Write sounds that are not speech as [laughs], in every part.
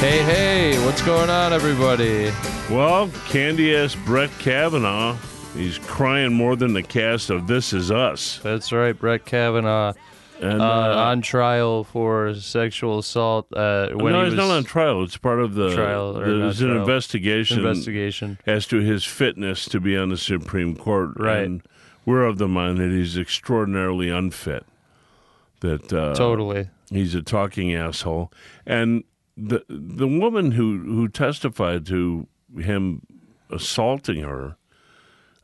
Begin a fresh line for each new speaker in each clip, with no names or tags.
Hey, hey, what's going on, everybody?
Well, Candy asked Brett Kavanaugh. He's crying more than the cast of This Is Us.
That's right, Brett Kavanaugh
And,
uh,
uh,
on trial for sexual assault uh, when
no,
he
he's
was
not on trial. It's part of the
Trial or not
There's an
trial.
investigation
investigation.
as to his fitness to be on the Supreme Court.
Right.
And we're of the mind that he's extraordinarily unfit. That uh,
Totally.
He's a talking asshole. And the the woman who who testified to him assaulting her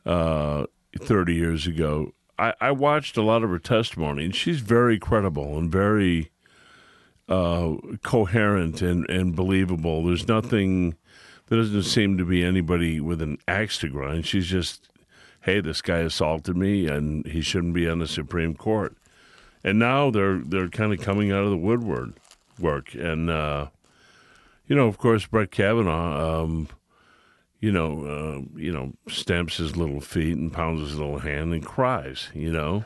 uh, thirty years ago, I, I watched a lot of her testimony, and she's very credible and very uh, coherent and and believable. There's nothing. There doesn't seem to be anybody with an axe to grind. She's just, hey, this guy assaulted me, and he shouldn't be on the Supreme Court and now they're they're kind of coming out of the woodward work and uh you know of course brett kavanaugh um you know uh, you know stamps his little feet and pounds his little hand and cries you know um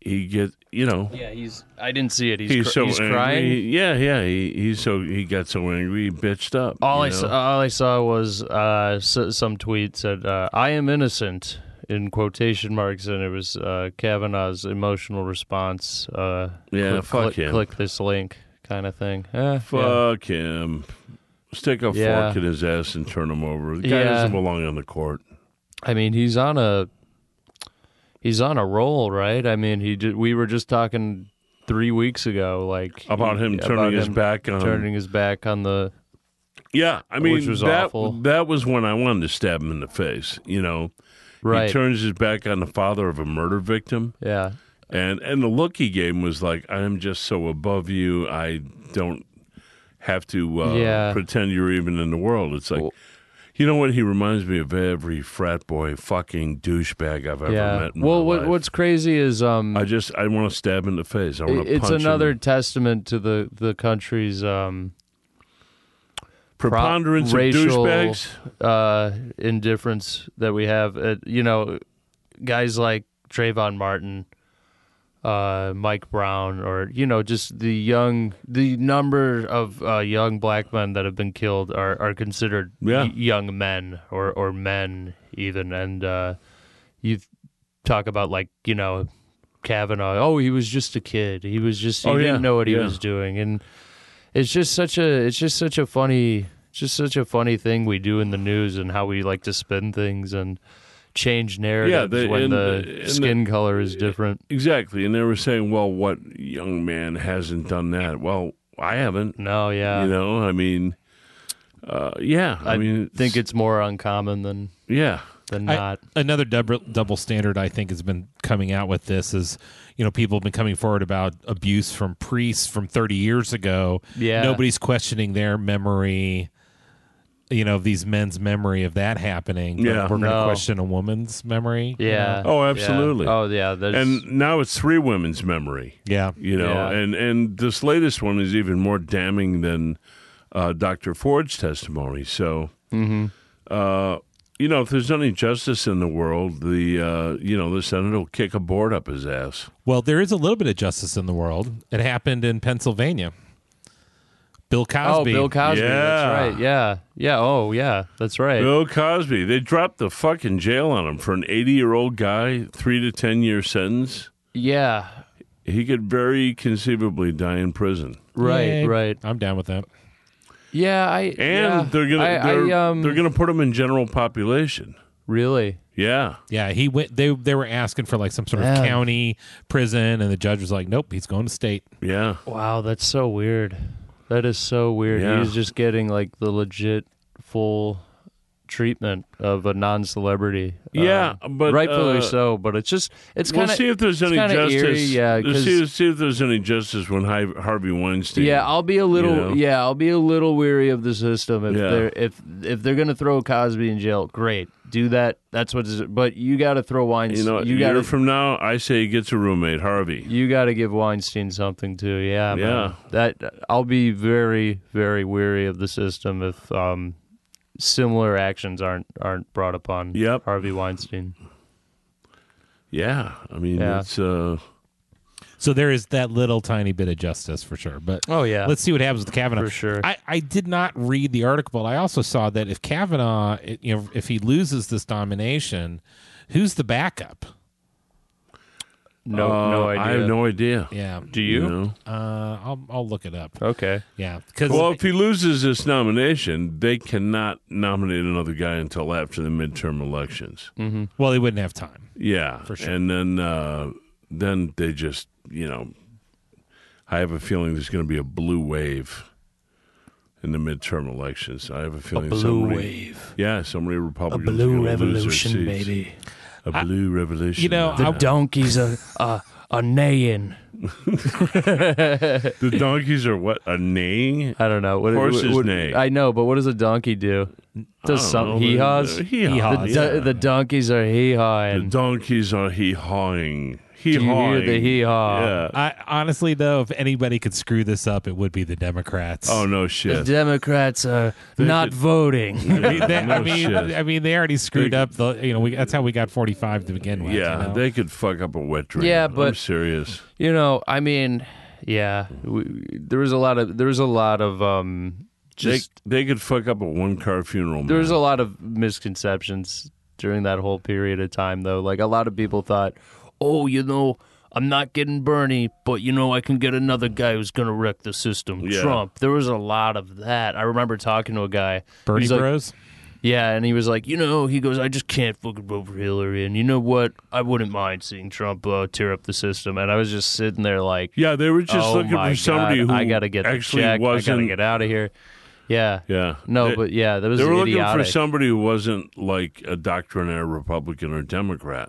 he get you know
Yeah, he's. I didn't see it. He's,
he's
cr-
so
he's
angry.
crying.
yeah yeah he he's so he got so angry he bitched up
all
you
I uh,
know?
saw, all I saw was uh, s- some tweet said uh, "I am innocent" in quotation marks, and it was uh, Kavanaugh's emotional response. Uh,
Yeah,
click,
fuck
click,
him.
click this link, kind of thing. Eh, yeah.
fuck him stick a
Yeah.
fork in his ass and turn him over the guy
Yeah.
doesn't belong on the court
I mean, he's on a he's on a roll, right? I mean, he ju- we were just talking three weeks ago, like
about him
about
turning his
him
back on
turning his back on the
Yeah, I mean
Which was
that
awful.
that was when I wanted to stab him in the face. You know,
right.
he turns his back on the father of a murder victim,
yeah,
and and the look he gave him was like, "I'm just so above you. I don't have to uh,
Yeah.
pretend you're even in the world." It's like.
Well-
you know what? He reminds me of every frat boy fucking douchebag I've ever
yeah.
met. In
Well,
my
what,
life.
what's crazy is um,
I just I want to stab him in the face. I want to.
it's
punch
another
him.
testament to the the country's um,
preponderance of
racial
douchebags.
uh, indifference that we have. Uh, you know, guys like Trayvon Martin, uh, Mike Brown, or you know, just the young the number of uh, young black men that have been killed are are considered
Yeah.
y- young men or or men even, and uh, you talk about like you know. Kavanaugh. Oh, he was just a kid. He was just he
Oh,
didn't
yeah,
know what he
yeah.
was doing. And it's just such a it's just such a funny just such a funny thing we do in the news and how we like to spin things and change narratives
the-
when
and
the,
the- and the-
skin color is different.
Exactly. And they were saying, well, what young man hasn't done that? Well, I haven't.
No, yeah.
you know, I mean, uh, yeah. I,
I
mean,
think it's more uncommon than
yeah.
than
I-
not.
another double, double standard I think has been coming out with this is, you know, people have been coming forward about abuse from priests from 30 years ago.
Yeah.
Nobody's questioning their memory, you know, of these men's memory of that happening. but
Yeah.
We're going to
No.
question a woman's memory. you
Yeah.
know?
Oh,
yeah.
absolutely.
Oh yeah. There's
And now it's three women's memory,
Yeah.
you know,
Yeah.
and, and this latest one is even more damning than uh, Dr. Ford's testimony. So,
Mm-hmm.
uh, you know, if there's any justice in the world, the, uh, you know, the Senate will kick a board up his ass.
Well, there is a little bit of justice in the world. It happened in Pennsylvania. Bill
Oh,
Cosby.
Bill Cosby.
Yeah.
That's right. Yeah. Yeah. Oh, yeah. That's right.
Bill Cosby. They dropped the fucking jail on him for an 80 year old guy, three to 10 year sentence.
Yeah.
He could very conceivably die in prison.
Right.
Yay.
Right.
I'm down with that.
Yeah. I.
And they're gonna they're,
um,
they're gonna put him in general population.
really.
Yeah.
Yeah, he went. They they were asking for like some sort
Man.
of county prison, and the judge was like, "Nope, he's going to state."
Yeah.
Wow, that's so weird. That is so weird.
Yeah.
He's just getting like the legit full treatment of a non-celebrity. Uh,
Yeah, but,
rightfully
uh,
so. But it's just it's
We'll
kind of
see if there's
it's
any
kinda
justice.
eerie, yeah,
Let's
'cause-
see, see if there's any justice when Hy- Harvey Weinstein.
yeah. I'll be a little
know?
yeah. I'll be a little weary of the system if
Yeah.
they're if if they're gonna throw Cosby in jail. Great, do that. That's what. But you got to throw
you
Weinstein.
know,
you
a
got
year
to
from now, I say he gets a roommate, Harvey.
you got to give Weinstein something too. Yeah, man.
Yeah.
That I'll be very, very weary of the system if um, similar actions aren't aren't brought upon
Yep.
Harvey Weinstein.
Yeah, I mean
Yeah.
it's uh,
So there is that little tiny bit of justice for sure. But
Oh, yeah.
let's see what happens with Kavanaugh
For sure.
I, I did not read the article, but I also saw that if Kavanaugh, it- you know, if he loses this nomination, who's the backup?
No,
Uh,
no idea.
I have no idea.
Yeah,
Do you?
know?
uh, I'll I'll look it up.
Okay.
Yeah, because
Well, if he loses this nomination, they cannot nominate another guy until after the midterm elections.
well, he wouldn't have time.
Yeah,
For sure.
And then uh, then they just you know, I have a feeling there's going to be a blue wave in the midterm elections. I have a feeling somebody,
wave.
Yeah, so many Republicans. are gonna lose their seats. A blue revolution.
you know,
uh,
I-
The donkeys are are, are neighing.
the donkeys are what a neighing.
I don't know. What,
Horses
what- what-
neigh.
I know, but what does a donkey do? Does
know.
some hee haws?
The-
The,
hee-haws,
do-
yeah.
the donkeys are hee
The
hawing.
donkeys are hee hawing. Hee
you
hawing.
hear the hee-haw?
Yeah.
I honestly though, if anybody could screw this up, it would be the Democrats.
Oh no
The
shit.
Democrats are not
could-
voting.
[laughs] I mean, they,
[laughs]
I,
No
mean
shit.
I mean, they already screwed
They-
up the. You know, we, that's how we got forty-five to begin with.
yeah,
you know?
they could fuck up a wet dream.
Yeah,
I'm
but-
serious.
[laughs] you know, I mean, yeah, we, there was a lot of there was a lot of um, just
they, they could fuck up a one car funeral.
There was
man.
a lot of misconceptions during that whole period of time, though. Like a lot of people thought, "Oh, you know, I'm not getting Bernie, but you know, I can get another guy who's going to wreck the system,
Yeah.
Trump." There was a lot of that. I remember talking to a guy,
Bernie
he's like,
Bros.
yeah, and he was like, you know, he goes, I just can't fucking vote for Hillary, and you know what? I wouldn't mind seeing Trump uh, tear up the system. And I was just sitting there like,
yeah, they were just
oh
looking
my
for somebody
God,
who
I gotta get the
actually
check. I
wasn't.
gotta get out of here. Yeah.
Yeah,
No,
They-
but yeah, that was
they were looking
idiotic.
for somebody who wasn't like a doctrinaire Republican or Democrat.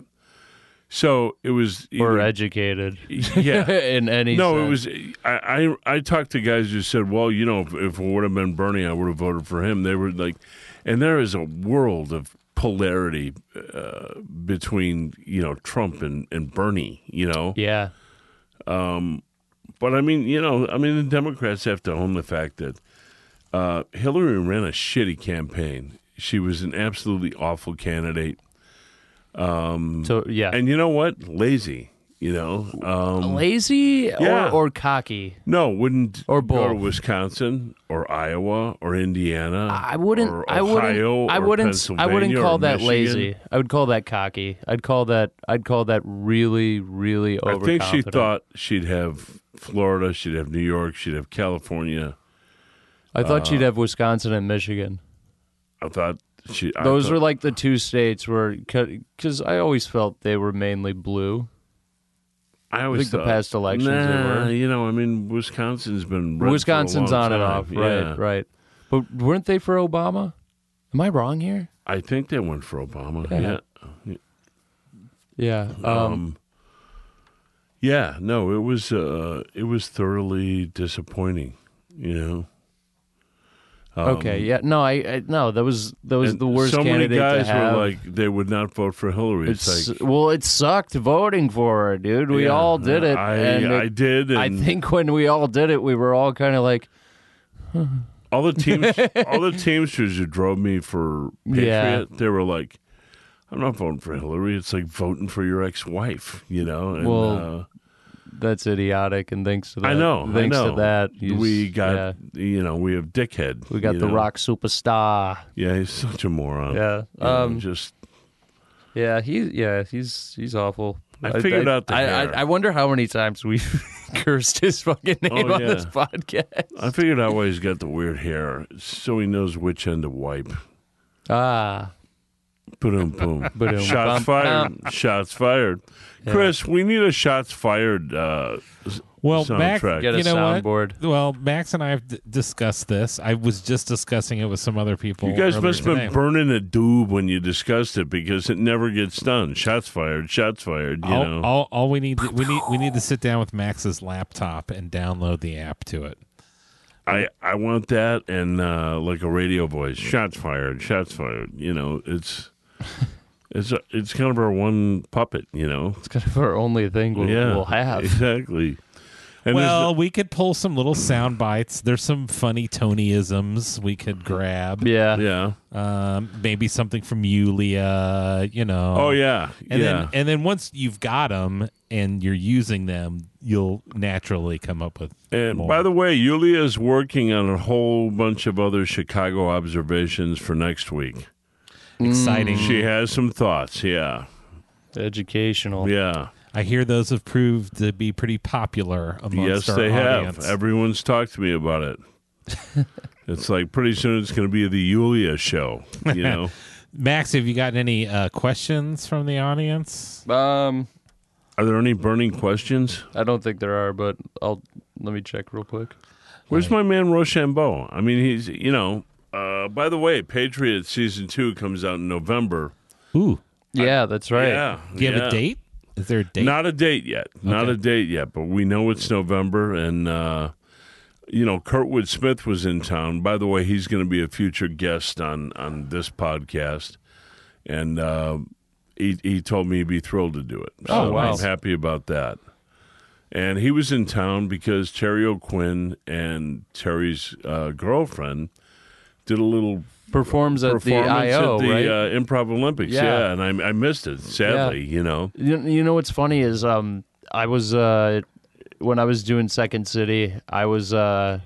So it was
or
either-
educated
[laughs]
[laughs]
yeah.
in any
No,
sense.
it was. I, I I talked to guys who said, "Well, you know, if, if it would have been Bernie, I would have voted for him." They were like, and there is a world of polarity uh, between you know Trump and, and Bernie. You know,
yeah
But I mean, you know, I mean, the Democrats have to own the fact that uh, Hillary ran a shitty campaign. She was an absolutely awful candidate,
so yeah
and you know what? Lazy. You know, um,
lazy
Yeah.
or, or cocky
no, wouldn't
Or
go to
both.
Wisconsin or Iowa or Indiana.
i wouldn't
Or
i
Ohio
wouldn't i wouldn't i
or
wouldn't
Pennsylvania
call
or
that
Michigan.
lazy i would call that cocky i'd call that i'd call that really really
I think
overconfident
she thought she'd have Florida, she'd have New York, she'd have California.
i thought
Uh,
she'd have wisconsin and michigan
I thought she.
those
I
were
thought,
like the two states where because i always felt they were mainly blue
I always
think the
thought,
past elections they
Nah,
were.
you know, I mean, Wisconsin's been red for a
wisconsin's
long
on and
time.
off
Yeah.
right right but weren't they for obama am i wrong here
I think they went for Obama. Yeah.
Yeah. yeah um,
Yeah, no, it was uh it was thoroughly disappointing, you know.
Okay. Yeah. No. I, I. No. That was that was
Um, And
the worst
so many
candidate
guys
to have.
were like they would not vote for Hillary. It's,
it's,
like
well, it sucked voting for her, dude. We
yeah,
all did it,
I
and it-
I did and
I think when we all did it, we were all kind of like,
all
[laughs]
the teams all the teamsters who drove me for Patriot,
Yeah.
they were like I'm not voting for Hillary. It's like voting for your ex-wife, you know. And,
Well,
uh,
"That's idiotic," and thanks to that,
I know. I
Thanks
know.
to that, you s-
we got
yeah,
you know we have dickhead.
we got
you
the
know?
rock superstar.
Yeah, he's such a moron.
Yeah.
You know,
Um.
just
Yeah. He. Yeah. He's he's awful.
I figured out the
I,
hair.
I, I wonder how many times we [laughs] cursed his fucking name
Oh,
on this
yeah.
podcast.
I figured out why he's got the weird hair, so he knows which end to wipe.
Ah.
Boom,
[laughs]
boom.
Ba-dum, bum,
shots fired. Shots fired. Chris, we need a shots fired. Uh, s-
Well,
soundtrack.
Max,
Get
a
you know
soundboard.
What? Well, Max and I have d- discussed this. I was just discussing it with some other people.
you guys
earlier
must have
today.
been burning a doob when you discussed it because it never gets done. Shots fired. Shots fired. You
all,
know.
all, all we need to, we need we need to sit down with Max's laptop and download the app to it.
I I want that and uh, like a radio voice. Shots fired. Shots fired. You know.
[laughs]
It's it's a, it's kind of our one puppet. You know.
It's kind of our only thing we'll, we'll have.
Exactly. And there's
well, we could pull some little sound bites. There's some funny Tonyisms we could grab.
Yeah.
the- yeah.
Um, maybe something from Yulia, you know.
Oh yeah,
And
yeah.
then and then once you've got them and you're using them, you'll naturally come up with
And
more.
by the way, Yulia is working on a whole bunch of other Chicago observations for next week.
Mm.
exciting.
She has some thoughts. Yeah,
Educational.
yeah.
I hear those have proved to be pretty popular amongst
yes,
our
they
audience.
have. Everyone's talked to me about it.
[laughs]
it's like pretty soon it's going to be the Yulia show. You
[laughs]
know,
Max, have you gotten any uh, questions from the audience?
Um,
are there any burning questions?
I don't think there are, but I'll let me check real quick.
Where's my man Rochambeau? I mean, he's you know. Uh, by the way, Patriot season two comes out in November.
Ooh,
Yeah, that's right.
Yeah,
do you have
yeah.
a date? Is there a date?
Not a date yet. Not
Okay.
a date yet, but we know it's November and uh you know, Kurtwood Smith was in town. By the way, he's going to be a future guest on on this podcast, and uh, he he told me he'd be thrilled to do it.
Oh,
So
wow.
I'm happy about that. And he was in town because Terry O'Quinn and Terry's uh, girlfriend did a little
Performs at the
performance
IO,
at the
right?
uh, Improv Olympics.
Yeah.
Yeah, and I, I missed it sadly. You know,
You, you know what's funny is um I was uh when I was doing Second City, I was uh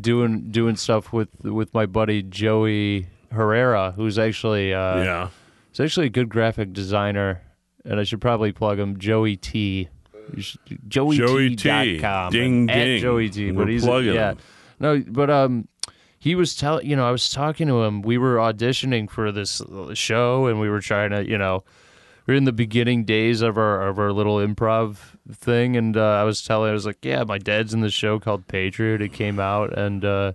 doing doing stuff with with my buddy Joey Herrera, who's actually uh
yeah.
he's actually a good graphic designer, and I should probably plug him Joey T. You should- Joey,
Joey T.
T.com,
Ding,
at
ding.
Joey T.
We're
But he's
plugging
yeah
him.
no, but um. He was telling, you know, I was talking to him. We were auditioning for this uh, show, and we were trying to, you know, we're in the beginning days of our of our little improv thing, and uh, I was telling, I was like, yeah, my dad's in the show called Patriot. It came out, and uh,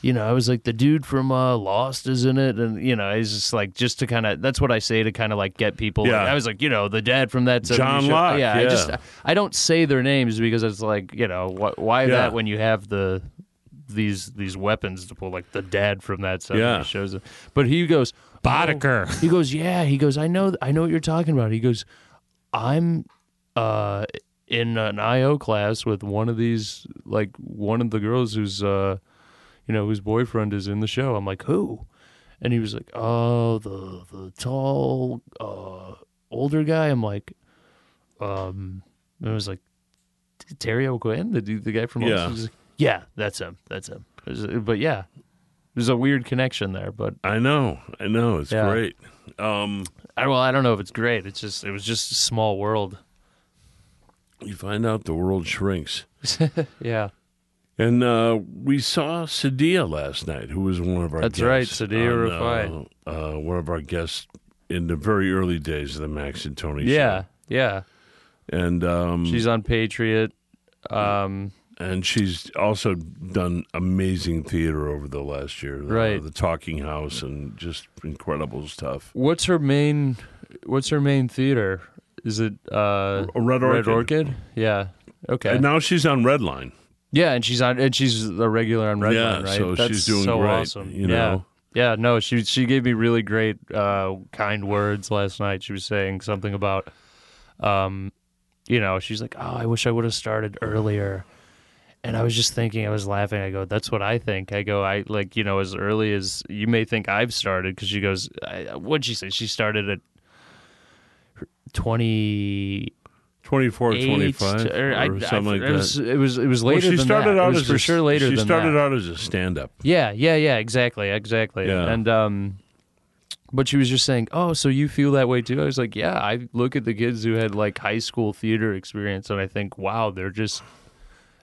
you know, I was like, the dude from uh, Lost is in it, and you know, he's just like, just to kind of, that's what I say to kind of like get people.
Yeah.
Like, I was like, you know, the dad from that 70s
John
show.
Locke,
I
yeah.
just, I don't say their names because it's like, you know, wh- why
Yeah.
that when you have the these these weapons to pull, like the dad from that 70s
Yeah.
shows. But he goes, "Oh,
Boddicker.
he goes, yeah. He goes, I know, I know what you're talking about. He goes, I'm uh, in an IO class with one of these, like one of the girls who's, uh, you know, whose boyfriend is in the show. I'm like, who? And he was like, oh, the the tall, uh, older guy. I'm like, um, and I was like, Terry O'Quinn, the dude, the guy from,
Yeah.
He was like, yeah, that's him, that's him. It was- But yeah, there's a weird connection there, but.
I know, I know, it's
Yeah.
great. Um,
I, well, I don't know if it's great. It's just it was just a small world.
you find out the world shrinks,
Yeah,
and uh, we saw Sadia last night, who was one of our
That's right,
guests
Sadia
on, uh, uh, one of our guests in the very early days of the Max and Tony
yeah,
show,
yeah.
and um,
She's on Patriot. Um,
and she's also done amazing theater over the last year, Uh,
Right.
The Talking House, and just incredible stuff.
what's her main? What's her main theater? Is it uh,
Red Orchid.
Yeah. Okay.
And now she's on Redline.
yeah, and she's on, and she's a regular on Redline,
Yeah,
right?
so
That's
she's doing
so
great,
awesome.
you know?
Yeah. Yeah, no, she she gave me really great uh, kind words last night. She was saying something about, um, you know, she's like, "Oh, I wish I would have started earlier." And I was just thinking, I was laughing. I go, "That's what I think." I go, "I like, you know, as early as you may think I've started," because she goes, I, "What'd she say?" She started at twenty
24, 25,
to- or er, I-
or
I-
something
it
like that.
Was, it was it was
Well,
later
she
than
started
that.
out
it was
as
for
a,
sure later
She
than
started
that.
out as a stand-up.
Yeah, yeah, yeah, exactly, exactly.
Yeah.
And um but she was just saying, "Oh, so you feel that way too?" I was like, "Yeah, I look at the kids who had like high school theater experience and I think, "Wow, they're just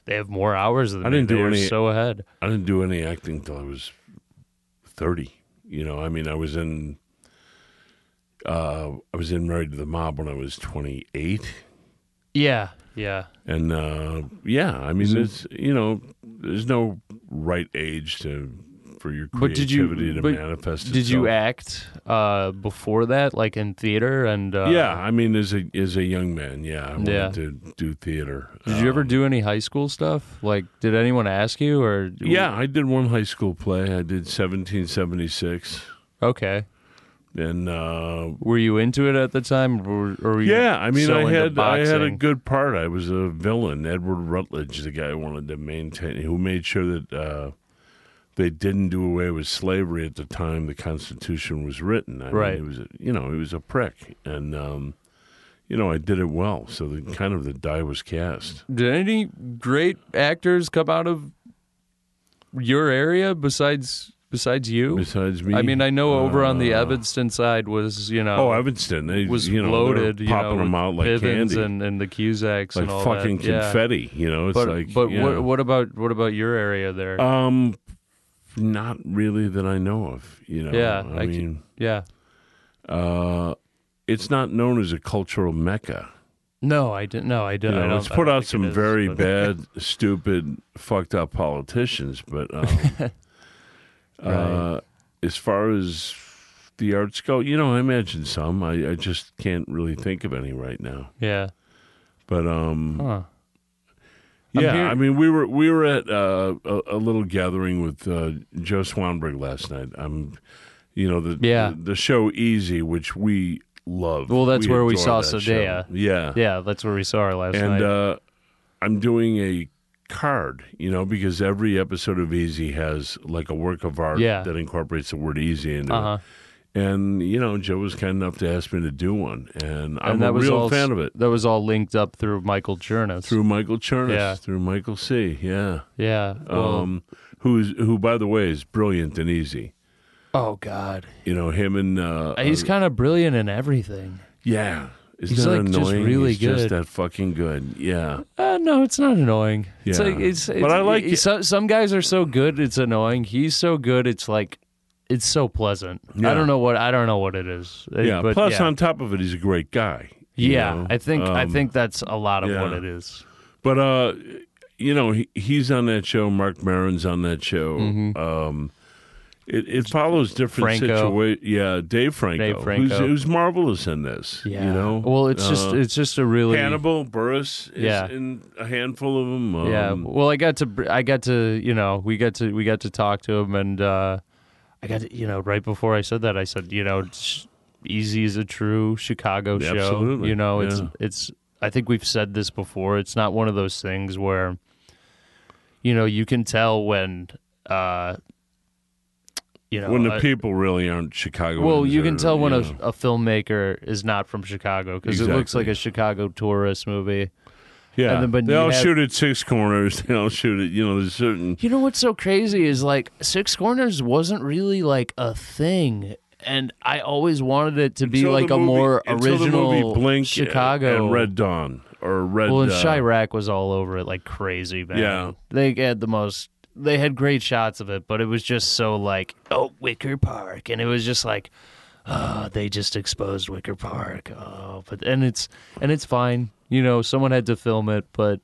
they have more hours than
I
me.
didn't do
They are
any-
so ahead."
I didn't do any acting till I was thirty. You know, I mean, I was in, uh, I was in Married to the Mob when I was twenty-eight,
Yeah, yeah.
and uh, yeah, I mean, it's you know, there's no right age to for your
But did you-
creativity to
but
manifest.
Did you
itself.
act uh before that like in theater and uh
yeah, I mean, as a as a young man, yeah, I wanted
Yeah.
to do theater.
Did you ever
Um,
do any high school stuff? Like did anyone ask you or
Yeah, I did one high school play. I did 1776.
Okay.
and uh,
Were you into it at the time, or, or were you
yeah, I mean,
so
I
into
had I had a
boxing?
good part. I was a villain, Edward Rutledge, the guy who wanted to maintain, who made sure that uh, they didn't do away with slavery at the time the Constitution was written. I
Right.
mean, he was, a, you know, he was a prick, and um, you know, I did it well. So the kind of the die was cast.
Did any great actors come out of your area besides besides you?
Besides me,
I mean, I know over on the
uh,
Evanston side was you know
Oh, Evanston, they
was
you know, they're
loaded, you
popping
know,
them
with
out like
Bivens
candy,
and, and the Cusacks
like
and all
fucking
that. Yeah.
confetti. You know, it's
But
like
but
yeah.
what what about what about your area there?
Um, not really that I know of. You know,
Yeah,
I,
I can-
mean,
yeah,
uh, it's not known as a cultural mecca.
no, I didn't. No, I
You
didn't. I
know,
don't,
it's
I
put
don't think
out
it
some
is,
very
but- [laughs]
bad, stupid, fucked up politicians, but um,
[laughs]
uh, as far as the arts go, you know, I imagine some. I, I just can't really think of any right now.
Yeah.
But um,
Huh. I'm
Yeah,
here-
I mean, we were we were at uh, a, a little gathering with uh, Joe Swanberg last night. I'm, you know, the
Yeah.
the, the show Easy, which we love.
Well, that's where we saw
adore that
Zendaya.
show. Yeah,
Yeah, that's where we saw her last
and
night.
uh, I'm doing a card, you know, because every episode of Easy has like a work of art
Yeah.
that incorporates the word easy into
Uh-huh.
it. And you know, Joe was kind enough to ask me to do one, and, I'm
and that
a
was
real
all,
fan of it.
That was all linked up through Michael Chernus.
Through Michael Chernus,
Yeah.
through Michael C. Yeah.
yeah. Well,
um, who's who by the way is brilliant and easy.
oh God,
You know him and uh,
he's
uh,
kind of brilliant in everything.
yeah. Isn't
he's,
that
like, just
annoying?
really
he's Just
good.
that fucking good. Yeah.
Uh, no, it's not annoying. It's
Yeah.
like it's,
But
it's
I like
it's- so- some guys are so good it's annoying. He's so good it's like it's so pleasant.
Yeah.
I don't know what I don't know what it is. Uh,
Yeah.
but
Plus
yeah.
on top of it, he's a great guy. you
yeah,
know?
I think I
Um,
think that's a lot of what
yeah.
it is.
But uh, you know, he, he's on that show. Mark Maron's on that show. Um, it, it follows different
Mm-hmm. Franco.
situations. Yeah, Dave Franco,
Dave
Who's,
Franco.
who's marvelous in this.
Yeah.
You know,
Well, it's just
Uh,
it's just a really
Hannibal Burris. Is
Yeah.
in a handful of them. Um,
Yeah. Well, I got to br- I got to you know we got to we got to talk to him and uh, I got to, you know right before I said that I said you know it's- Easy is a true Chicago
Yeah,
show.
absolutely.
You know it's
Yeah.
it's I think we've said this before. It's not one of those things where you know you can tell when uh, you know
when the
a-
people really aren't Chicago.
well, you can tell when a, a filmmaker is not from Chicago because it looks
Exactly.
like a Chicago tourist movie.
yeah.
and then- but
they
you
all
have-
shoot at six corners. [laughs] They all shoot at you know. There's certain.
You know what's so crazy is like Six Corners wasn't really like a thing, and I always wanted it to be
Until
like
the
a
movie-
more
until the
original
movie Blink uh,
Chicago.
and Red Dawn or Red.
well, and
uh,
Chirac was all over it like crazy, man.
Yeah.
they had the most. They had great shots of it, but it was just so like oh Wicker Park, and it was just like. Oh, they just exposed Wicker Park. Oh, but and it's and it's fine. You know, someone had to film it, but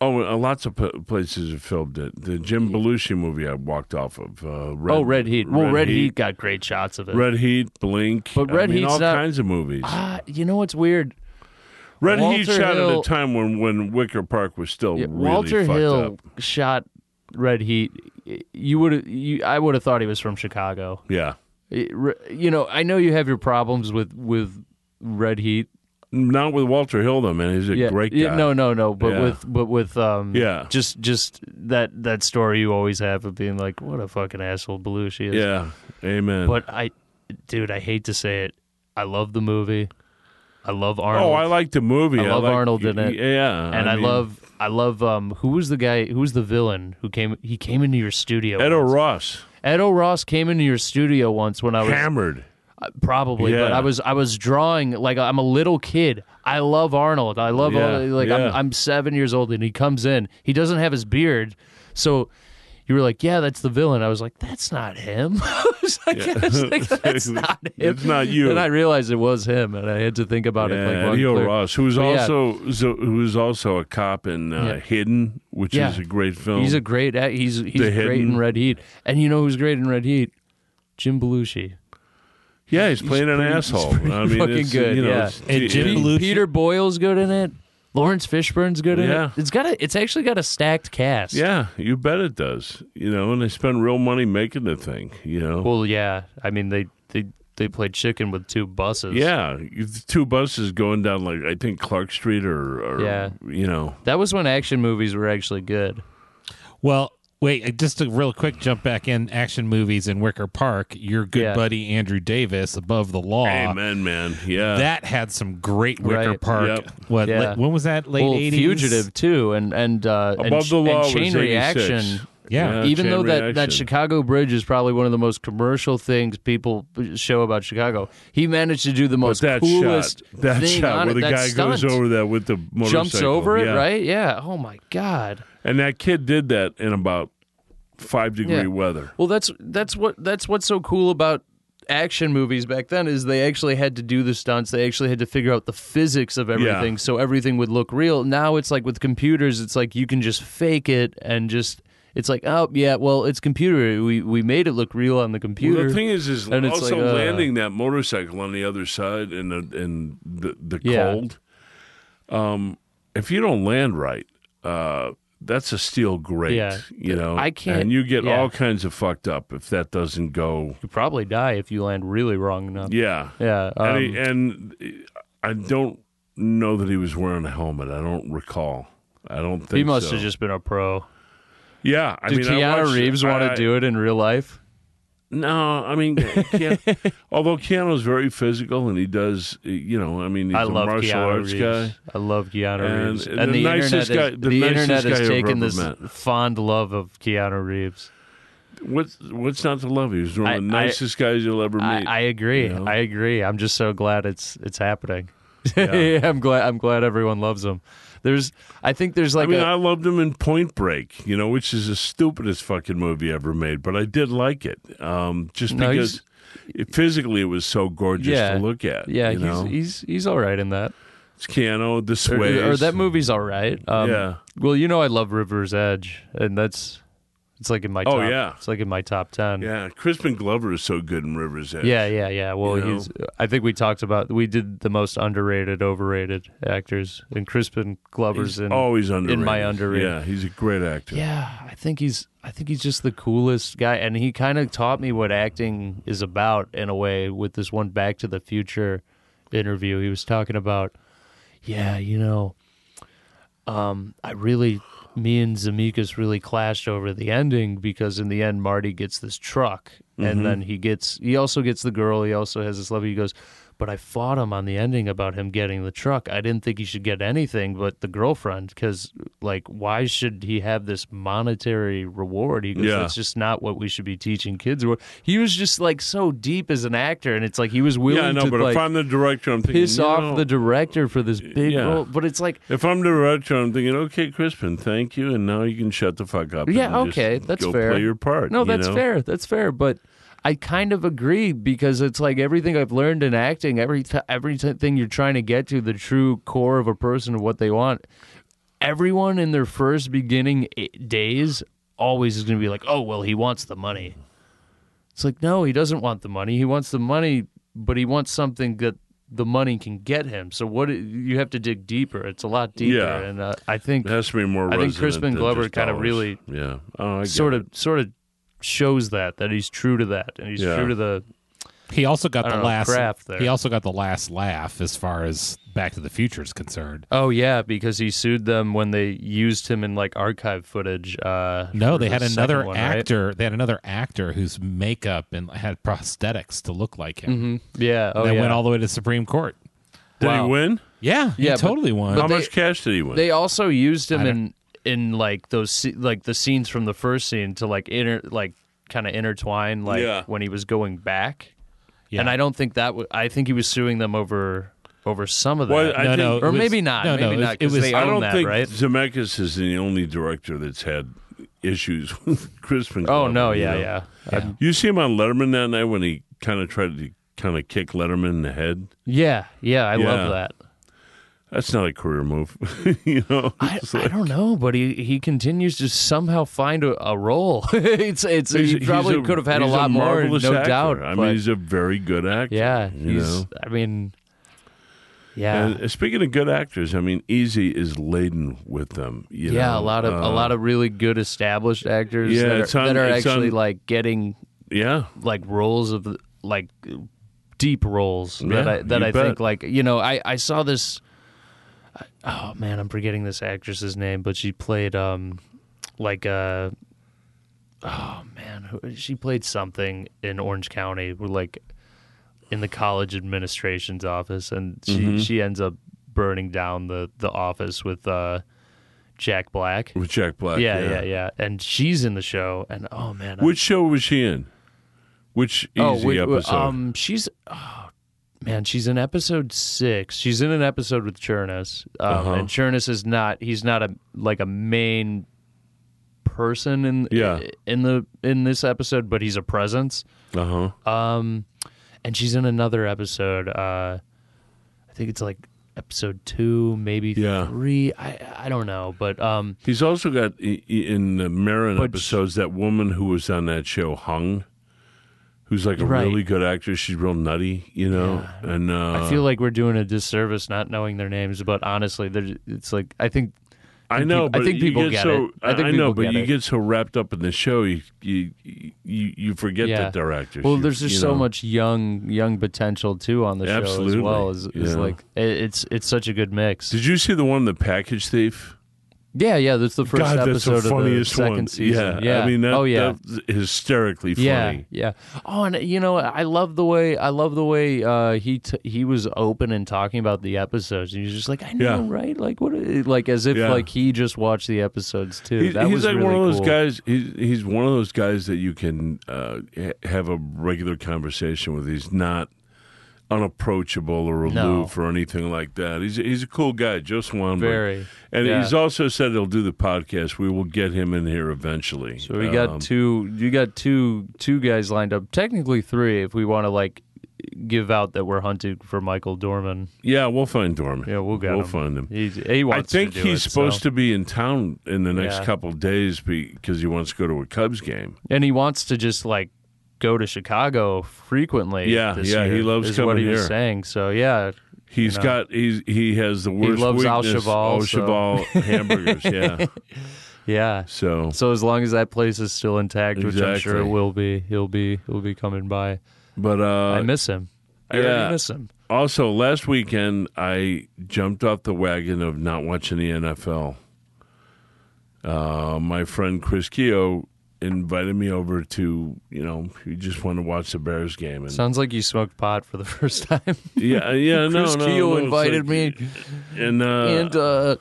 Oh, uh, lots of p- places have filmed it. The Jim Belushi movie I walked off of. Uh, Red,
oh, Red Heat. Well, Red, Heat. got great shots of it.
Red Heat, Blink.
But
I
Red
mean,
Heat's
all
not-
kinds of movies.
Ah, you know what's weird?
Red
Walter
Heat shot at a
Hill-
time when, when Wicker Park was still
Yeah,
really
Walter
fucked
Hill
up.
shot Red Heat. You would you I would have thought he was from Chicago.
Yeah.
It- re- You know, I know you have your problems with with Red Heat.
Not with Walter Hill though, man. He's a
Yeah,
great guy.
yeah, no, no, no. But
Yeah.
with but with um,
Yeah.
just just that that story you always have of being like, what a fucking asshole Belushi is.
Yeah. Amen.
But I, dude, I hate to say it, I love the movie. I love Arnold.
Oh, I like the movie.
I love
like-
Arnold in it.
Yeah,
and I,
mean,
love I love um who was the guy who was the villain who came he came into your studio
Ed
once.
O'Ross.
Ed O'Ross came into your studio once when I was [laughs] uh,
Hammered.
probably, but
Yeah.
I was I was drawing like I'm a little kid. I love Arnold. I love
Yeah,
all, like
yeah.
I'm I'm seven years old, and he comes in. He doesn't have his beard, so you were like, "Yeah, that's the villain." I was like, "That's not him." [laughs] I was like, I was like, "That's
[laughs]
not him."
It's not you.
And I realized it was him, and I had to think about it. Like,
Yeah,
one
Ed
clear-
O'Ross, who was
But yeah.
also so, who was also a cop in uh,
Yeah.
Hidden, which
Yeah.
is a great film.
He's a great. act- He's he's
The
great
Hidden.
in Red Heat, and you know who's great in Red Heat? Jim Belushi.
yeah, he's playing an
pretty- he's
asshole.
pretty
I mean,
fucking
it's,
good,
You know,
yeah.
it's-
And Jim
it-
Pe-
Belushi-
Peter Boyle's good in it. Lawrence Fishburne's good in
Yeah.
it. It's got a. It's actually got a stacked cast.
yeah, you bet it does. You know, and they spend real money making the thing. You know,
Well, yeah. I mean, they they they played chicken with two buses.
Yeah, you- two buses going down like I think Clark Street or, or
Yeah.
you know.
That was when action movies were actually good.
Well, wait, uh, just a real quick jump back in action movies in Wicker Park. Your good
Yeah.
buddy Andrew Davis, Above the Law.
Amen, man. Yeah,
That had some great Wicker
Right.
Park.
Yep.
What?
Yeah.
la- when was that? Late
well,
80s?
Fugitive too, and and uh, and,
above
ch-
the law
and Chain
was 86.
Reaction.
Yeah.
Even
Uh, Chain
though that, that
Reaction.
Chicago Bridge is probably one of the most commercial things people show about Chicago, he managed to do the
But
most
that
coolest
shot, that
thing
shot
on
where
it.
the
that
guy
stunt.
goes over that with the motorcycle,
jumps over it,
yeah.
right? Yeah. Oh my god.
And that kid did that in about five degree
Yeah.
weather.
Well, that's that's what that's what's so cool about action movies back then is they actually had to do the stunts. They actually had to figure out the physics of everything so everything would look real. Now it's like with computers, it's like you can just fake it and just it's like, oh yeah, well it's computer. We we made it look real on the computer.
Well, the thing is, is
And it's
also
like, uh,
landing that motorcycle on the other side in the in the, the
Yeah.
cold. Um, if you don't land right, uh, that's a steel grate.
Yeah.
You know,
I can't-
and you get
yeah.
all kinds of fucked up if that doesn't go.
you probably die if you land really wrong enough.
Yeah,
Yeah. um,
and, he, and uh, I don't know that he was wearing a helmet. I don't recall. I don't think
he must
so.
have just been a pro.
Yeah, I
Did
mean, I
Keanu
watched-
Reeves want
I-
to do it in real life?
No, I
[laughs]
mean, Keanu, although Keanu's very physical and he does, you know, I mean, he's
I
a
love
martial
Keanu
arts
Reeves.
guy.
I love Keanu
And
Reeves,
the nicest guy-
internet is,
the nicest
internet
guy
has
I've
taken
ever
this
met.
fond love of Keanu Reeves.
What's what's not to love? He was one of the
I- I-
nicest guys you'll ever
I,
meet.
I agree.
you know?
I agree. I'm just so glad it's it's happening. [laughs] I'm glad. I'm glad everyone loves him. There's, I think there's
I
like
mean,
a-
I loved him in Point Break, you know, which is the stupidest fucking movie ever made, but I did like it, um, just
No,
because it, physically it was so gorgeous
Yeah.
to look at.
yeah.
you
He's,
know,
he's he's all right in that.
it's Keanu, the
Or,
Sways,
or that movie's all right. Um,
Yeah.
Well, you know, I love River's Edge, and that's it's like in my
Oh,
top,
yeah.
it's like in my top ten.
yeah, Crispin Glover is so good in Rivers Edge.
Yeah, yeah, yeah. Well,
You know?
he's. I think we talked about we did the most underrated, overrated actors, and Crispin Glover's
he's
in.
always underrated.
in my underrated.
Yeah, he's a great actor.
yeah, I think he's. I think he's just the coolest guy, and he kind of taught me what acting is about in a way with this one Back to the Future interview. He was talking about, yeah, you know, um, I really, me and Zemeckis really clashed over the ending because in the end, Marty gets this truck,
Mm-hmm.
and then he gets, he also gets the girl. He also has this love. He goes, but I fought him on the ending about him getting the truck. I didn't think he should get anything but the girlfriend because, like, why should he have this monetary reward? He goes,
Yeah.
that's just not what we should be teaching kids. He was just like so deep as an actor, and it's like he was willing
Yeah, I know,
to
but
like
if I'm the director, I'm thinking
piss
you
off
know,
the director for this big
Yeah.
role. But it's like.
If I'm the director, I'm thinking, okay, Crispin, thank you, and now you can shut the fuck up.
Yeah,
and just
okay, that's
go
fair.
Play your part.
No,
you
that's
know?
fair. That's fair. But I kind of agree because it's like everything I've learned in acting, every t- every t- thing you're trying to get to the true core of a person of what they want. Everyone in their first beginning i- days always is going to be like, "Oh, well, he wants the money." It's like, no, he doesn't want the money. He wants the money, but he wants something that the money can get him. So what you have to dig deeper. It's a lot deeper,
Yeah.
and uh, I think
It has to be more.
I think
resonant
Crispin
than
Glover
just
kinda
dollars.
really
Yeah. Oh, I get
sort
it.
of sort of shows that that he's true to that and he's
Yeah.
true to the
He also got
I
the
don't know,
last
craft there.
He also got the last laugh as far as Back to the Future is concerned.
oh yeah because he sued them when they used him in like archive footage uh
No,
for
they
the
had
second
another
one, right?
actor. They had another actor whose makeup and had prosthetics to look like him.
Mhm. yeah oh
that
yeah
went all the way to Supreme Court.
Did
Wow.
he win?
Yeah,
Yeah,
he
but-
totally won.
but
How
they-
much cash did he win?
they also used him
I
in in like those sce- like the scenes from the first scene to like inter like kind of intertwine like
Yeah.
when he was going back
Yeah.
and I don't think that w- I think he was suing them over over some of that
Well, I
no,
think-
no, it
or
was-
maybe not
No, no,
maybe
it-
not
it
'cause
was-
they
I
own
don't
that
think
right
Zemeckis is the only director that's had issues [laughs] with Crispin.
oh
Glover,
no
you
yeah
know?
yeah
You see him on Letterman that night when he kind of tried to kind of kick Letterman in the head.
yeah yeah I
Yeah.
love that
That's not a career move, [laughs] you know.
I,
It's
I
like-
don't know, but he, he continues to somehow find a, a role. [laughs] it's it's he probably
a-
could have had a
he's
lot more, no
marvelous actor.
doubt.
I
but
mean, he's a very good actor.
yeah,
you
he's.
know?
I mean, yeah,
And uh, speaking of good actors, I mean, Easy is laden with them. you
yeah,
know?
a lot of a
Uh,
lot of really good established actors
Yeah,
that,
it's
are,
on-
that are
it's
actually
on-
like getting
yeah.
like roles of like deep roles that
Yeah,
I that
you
I
bet.
think like you know I I saw this. I, oh man, I'm forgetting this actress's name, but she played um like uh oh man, who- she played something in Orange County, where like in the college administration's office, and she
Mm-hmm.
she ends up burning down the the office with uh Jack Black.
with Jack Black.
Yeah, yeah, yeah, And she's in the show, and oh man, I-
Which show was she in? Which easy
wait, wait,
episode?
Um, she's oh man, she's in episode six. She's in an episode with Chernus, um,
Uh-huh.
and Chernus is not. He's not a like a main person in
Yeah.
in the in this episode, but he's a presence. Um,
uh huh.
And she's in another episode. Uh, I think it's like episode two, maybe
Yeah.
three. I I don't know, but um,
He's also got i- i- in the Marin
But-
episodes that woman who was on that show, Hung, who's like a
Right.
really good actress. She's real nutty, you know. And uh,
I feel like we're doing a disservice not knowing their names. But honestly, there's- it's like I think
I
peop-
know,
I
but
think
you
people
get,
get
so
it. I think people
know, but
get
you
it.
get so wrapped up in the show, you you you, you forget
Yeah.
that they're actors.
Well,
You-
there's just
you
so
know.
much young young potential too on the show
Absolutely.
as well. Is, is
Yeah.
like it, it's it's such a good mix.
Did you see the one, the package thief?
yeah, yeah. That's the first
God, that's
episode
the
of the
funniest
second
one.
season.
Yeah,
yeah.
I mean, that,
oh yeah.
that's hysterically funny.
yeah, yeah. Oh, and you know, I love the way I love the way uh, he t- he was open and talking about the episodes. He was just like, "I know,
Yeah.
right?" Like what? are- Like as if
Yeah.
like he just watched the episodes too.
He's,
that
he's
was
like
really
one of those
cool.
guys. He's, he's one of those guys that you can uh, ha- have a regular conversation with. He's not unapproachable or
No.
aloof or anything like that. He's he's a cool guy, Joe Swanberg.
Very.
And
yeah.
he's also said he'll do the podcast. We will get him in here eventually.
So we got
Um,
two. You got two two guys lined up. Technically three, if we want to like give out that we're hunting for Michael Dorman.
yeah, we'll find Dorman.
Yeah, we'll get
We'll
him.
find him.
He's, he
I
wants.
think
to do
he's
it,
supposed
so.
to be in town in the next
Yeah.
couple days because he wants to go to a Cubs game.
and he wants to just like go to Chicago frequently.
Yeah,
this
yeah,
year,
he loves
is what
coming
he was
here.
saying. So yeah,
He's
know.
got he's he has the worst
uh, loves Al
weakness,
Chaval,
Al
so- [laughs]
Chaval hamburgers. Yeah,
yeah.
so
So as long as that place is still intact, which I'm sure it
Exactly.
will be, he'll be he'll be coming by.
but
I
uh,
miss him. I
yeah.
already miss him.
also last weekend I jumped off the wagon of not watching the NFL. Uh, my friend Chris Keogh invited me over to you know he just wanted to watch the Bears game and
Sounds like you smoked pot for the [laughs] first time.
[laughs] yeah yeah no
Chris
no,
Keogh
no, it's
invited
like-
me,
and uh,
and uh,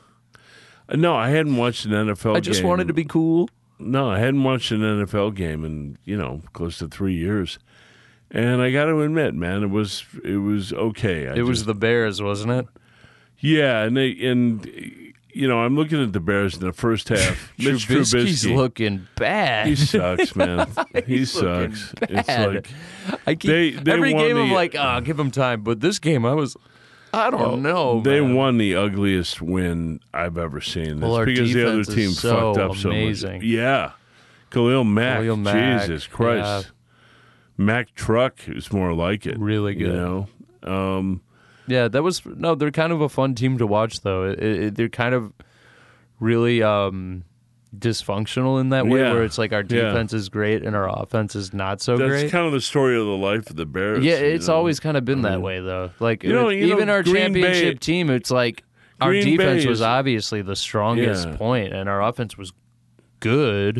no I hadn't watched an NFL
I just
game.
wanted to be cool.
No, I hadn't watched an NFL game in you know close to three years, and I got to admit, man, it was it was okay. I
It was
just-
the Bears, wasn't it?
yeah, and they and you know I'm looking at the Bears in the
[laughs]
first half. Mitch
Trubisky's
Trubisky,
looking bad.
he sucks,
[laughs]
man.
looking
he sucks. It's
bad.
like
I keep
They- they
every
won
game. I'm
the-
like, ah, give him time. But this game, I was, I don't know.
Oh, they
Oh, man.
won the ugliest win I've ever seen.
Well,
It's
our
because the other
defense is
team
so
fucked up so
amazing.
much. Yeah, Khalil Mack.
Khalil Mack,
Jesus Christ, Mack Truck is more like it.
Really
You
good.
know. Um,
Yeah, that was no. They're kind of a fun team to watch, though. It, it, they're kind of really um, dysfunctional in that way,
Yeah.
where it's like our
Yeah.
defense is great and our offense is not so
That's
great.
kind of the story of the life of the Bears.
yeah,
you
it's
know?
always kind of been that way, though. Like
You know-
it-
you know,
even our
Green Bay-
championship team, it's like our
Green
defense
Bay
was
is-
obviously the strongest
Yeah.
point, and our offense was good.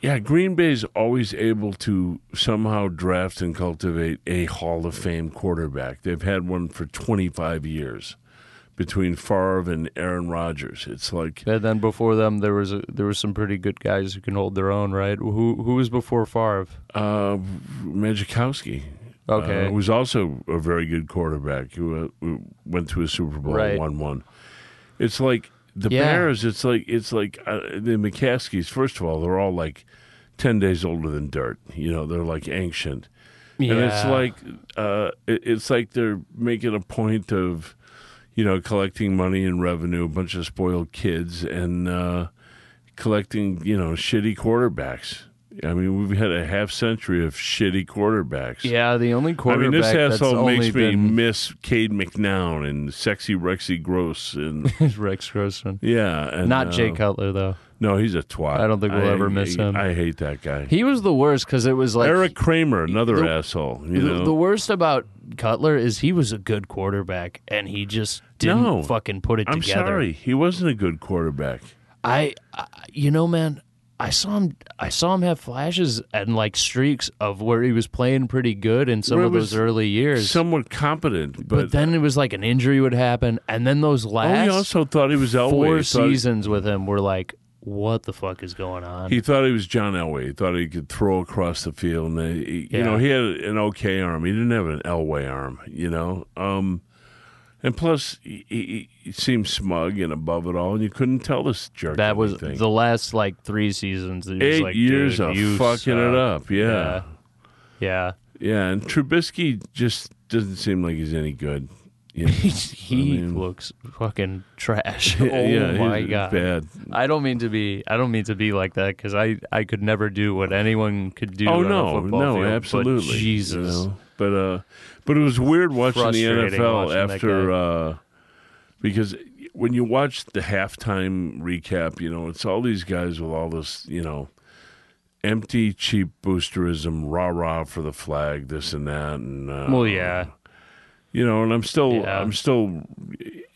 yeah. Green Bay's always able to somehow draft and cultivate a Hall of Fame quarterback. They've had one for 25 years between Favre and Aaron Rodgers. It's like
And then before them, there was a, there was some pretty good guys who can hold their own, right? Who who was before Favre?
uh, Majikowski.
Okay,
uh, who's also a very good quarterback who, uh, who went to a Super Bowl,
Right.
won one. It's like the
Yeah.
Bears. It's like it's like uh, the McCaskies. First of all, they're all like ten days older than dirt. You know, they're like ancient, and it's
Yeah.
like uh, it- it's like they're making a point of you know collecting money and revenue, a bunch of spoiled kids, and uh, collecting you know shitty quarterbacks. I mean, we've had a half century of shitty quarterbacks.
Yeah, the only
I
quarterback
mean, this
that's
asshole
only
makes me
been
miss Cade McNown and sexy Rexy
[laughs]
Gross and
is Rex Grossman.
yeah, and,
Not
uh,
Jay Cutler though.
No, he's a twat.
I don't think we'll ever miss him.
I hate that guy.
He was the worst because it was like
Eric Kramer, another
the-
asshole.
the,
You know,
the worst about Cutler is he was a good quarterback and he just didn't
No.
fucking put it
I'm
together.
sorry, he wasn't a good quarterback.
I, I, you know, man, I saw him. I saw him have flashes and like streaks of where he was playing pretty good in some
Where
of
it
those
was
early years.
Somewhat competent,
but,
but,
then it was like an injury would happen, and then those
oh, he
last
also thought he was Elway.
four
He thought-
seasons with him were like, what the fuck is going on?
He thought he was John Elway. He thought he could throw across the field, and he, he-
Yeah.
you know he had an okay arm. He didn't have an Elway arm, you know. Um, and plus, he, he, he seemed smug and above it all, and you couldn't tell this jerk.
that was
anything.
the last like three seasons. It was
eight
like,
years
dude,
of
you
fucking it
suck.
up. Yeah. yeah,
Yeah,
And Trubisky just doesn't seem like he's any good. You
[laughs]
know?
he
I mean-
looks fucking trash. oh
[laughs] yeah,
my
he's
god.
bad.
I don't mean to be. I don't mean to be like that because I I could never do what anyone could do.
Oh
on a
no,
football
no,
field, but
absolutely, you
Jesus.
know. But uh, but it was weird watching the
Frustrating
NFL
watching that
after
guy.
uh, because when you watch the halftime recap, you know it's all these guys with all this, you know, empty, cheap boosterism, rah rah for the flag, this and that, and uh,
Well, yeah,
you know, and I'm still,
Yeah.
I'm still,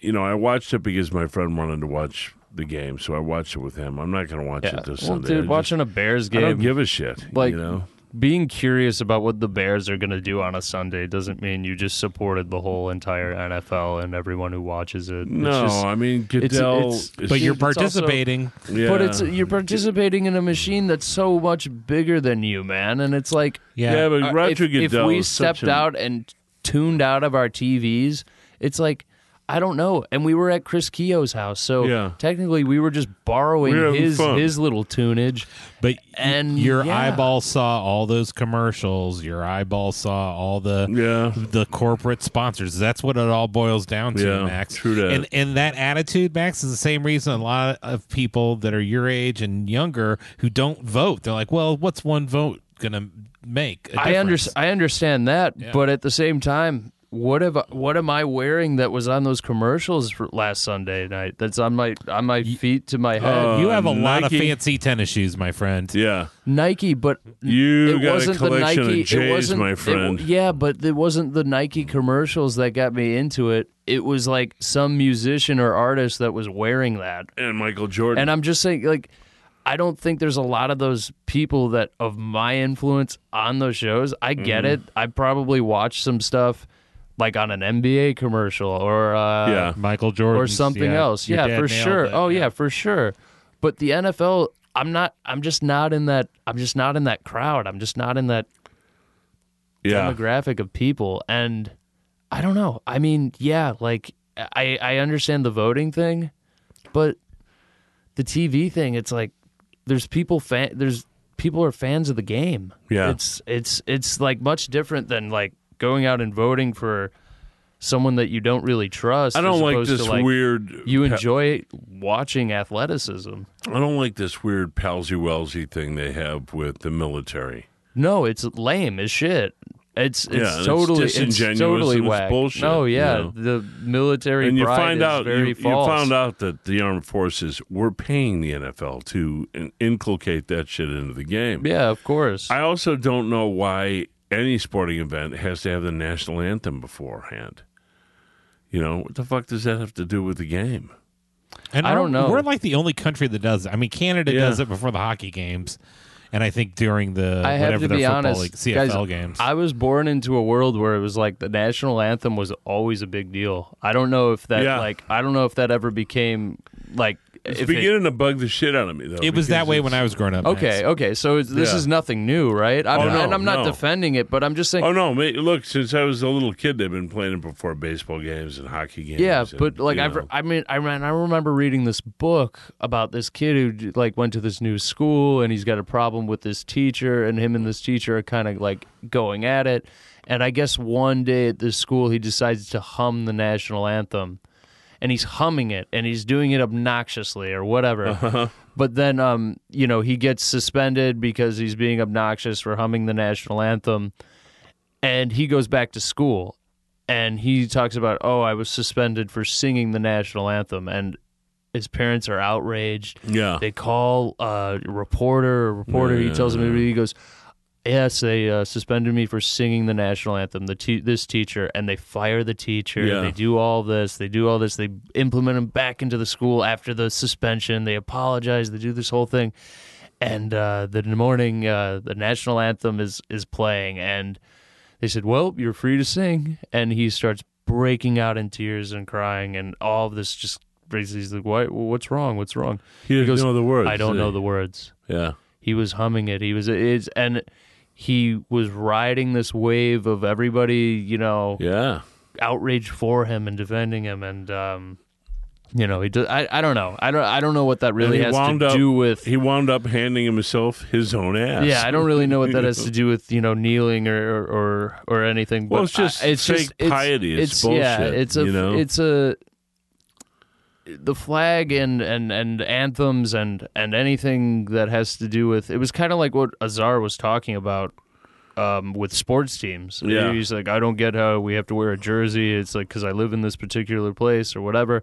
you know, I watched it because my friend wanted to watch the game, so I watched it with him. I'm not going to watch
yeah.
it this
well,
Sunday. I
dude,
just-
watching a Bears
I don't
game,
give a shit.
like-
you know.
being curious about what the Bears are going to do on a Sunday doesn't mean you just supported the whole entire NFL and everyone who watches it. It's
No,
just-
I mean
it's-
Goodell.
it's-
is-
But you're
It's also-
participating.
yeah.
But it's you're participating in a machine that's so much bigger than you, man, and it's like
Yeah.
yeah, but
Uh,
Roger
if, if
Goodell.
we
is such
stepped
a-
out and tuned out of our TVs, it's like I don't know. And we were at Chris Keogh's house, so
Yeah.
technically we were just borrowing
We were having
his
fun.
his little tunage.
But
And,
and your
yeah.
eyeball saw all those commercials. Your eyeball saw all the
Yeah.
the corporate sponsors. That's what it all boils down to,
Yeah,
Max.
true that.
And and that attitude, Max, is the same reason a lot of people that are your age and younger who don't vote. They're like, well, what's one vote gonna make? a
I under,
difference?"
I understand that, but at the same time, what have I, what am I wearing that was on those commercials for last Sunday night? That's on my on my feet to my head.
Uh,
You have a lot of
Nike-
fancy tennis shoes, my friend.
Yeah,
Nike, but
you
it
got a
wasn't the
collection
Nike.
of
it
J's,
wasn't,
my
it-
friend.
yeah, but it wasn't the Nike commercials that got me into it. It was like some musician or artist that was wearing that,
and Michael Jordan.
and I'm just saying, like, I don't think there's a lot of those people that of my influence on those shows. I get
Mm-hmm.
it. I probably watched some stuff like on an NBA commercial or uh,
yeah,
Michael Jordan
or something else. Yeah, for sure. oh yeah. for sure. But the NFL, I'm not. I'm just not in that. I'm just not in that crowd. I'm just not in that
yeah.
demographic of people. And I don't know. I mean, yeah, like I I understand the voting thing, but the TV thing, it's like there's people fan. There's people are fans of the game.
Yeah.
it's it's it's like much different than like going out and voting for. Someone that you don't really trust.
I
as
don't like
opposed to,
this weird.
you enjoy watching athleticism.
I don't like this weird palsy welsy thing they have with the military.
No, it's lame as shit. It's it's
Yeah, and it's
totally
disingenuous
totally
and it's
whack.
bullshit,
no, yeah,
you know?
the military
and you
pride
find
is
out
very
you, you
false.
found out that the armed forces were paying the NFL to in- inculcate that shit into the game.
Yeah, of course.
I also don't know why any sporting event has to have the national anthem beforehand. You know, what the fuck does that have to do with the game?
And
I
our-
don't know.
We're like the only country that does it. I mean, Canada
Yeah.
does it before the hockey games, and I think during the
I have
whatever
to be
their football
honest,
league,
guys,
CFL games.
I was born into a world where it was like the national anthem was always a big deal. I don't know if that
Yeah.
like I don't know if that ever became like
It's
if it-
beginning to bug the shit out of me, though.
it was that way when I was growing up.
Okay,
Max.
okay. So it's, this
Yeah.
is nothing new, right? I'm,
Oh, no,
and I'm not
no.
defending it, but I'm just saying
Oh no! ma- Look, since I was a little kid, they've been playing it before baseball games and hockey games.
Yeah,
and,
but like
you
I've,
know.
I mean, I ran, I remember reading this book about this kid who like went to this new school and he's got a problem with this teacher, and him and this teacher are kind of like going at it. And I guess one day at this school, he decides to hum the national anthem, and he's humming it, and he's doing it obnoxiously or whatever. But then, um, you know, he gets suspended because he's being obnoxious for humming the national anthem, and he goes back to school, and he talks about, oh, I was suspended for singing the national anthem, and his parents are outraged.
Yeah.
They call uh, a reporter. A reporter. He tells him he goes, "Yes, they uh, suspended me for singing the national anthem." The te- this teacher, and they fire the teacher.
Yeah.
They do all this. They do all this. They implement him back into the school after the suspension. They apologize. They do this whole thing, and uh, the morning, uh, the national anthem is is playing, and they said, "Well, you're free to sing," and he starts breaking out in tears and crying, and all of this just. basically He's like, "Why? What's wrong? What's wrong?"
He didn't know the words.
I don't
did
know
he?
the words.
Yeah.
He was humming it. He was it's and he was riding this wave of everybody, you know,
Yeah.
outrage for him and defending him, and um, you know, he does. I, I don't know. I don't. I don't know what that really
And he
has
wound
to
up-
do with.
He wound up handing himself his own ass.
yeah, I don't really know what that
[laughs]
has to do with you know kneeling or or or, or anything.
Well,
but
it's just
I- it's
fake
just, it's-
piety. It's
Yeah,
bullshit,
it's a
you know?
it's a the flag and and and anthems and and anything that has to do with it was kind of like what Azar was talking about. Um, with sports teams,
Yeah.
he's like, I don't get how we have to wear a jersey. It's like because I live in this particular place or whatever.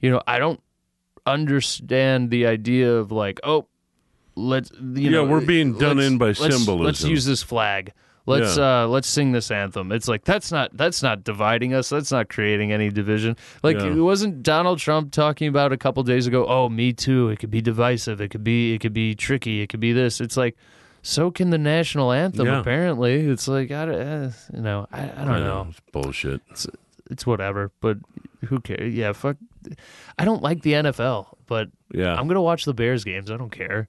You know, I don't understand the idea of like, oh, let's you
Yeah,
know,
we're being done
let's-
in by
let's- Let's
symbolism.
use this flag. Let's uh let's sing this anthem. It's like that's not that's not dividing us. That's not creating any division. Like
Yeah.
it wasn't Donald Trump talking about a couple days ago, "Oh, me too. It could be divisive. It could be it could be tricky. It could be this." It's like so can the national anthem
Yeah.
apparently. It's like I don't, uh, you know, I, I don't know
It's bullshit.
it's whatever, but who cares? Yeah, fuck. I don't like the NFL, but
Yeah.
I'm gonna watch the Bears games. I don't care.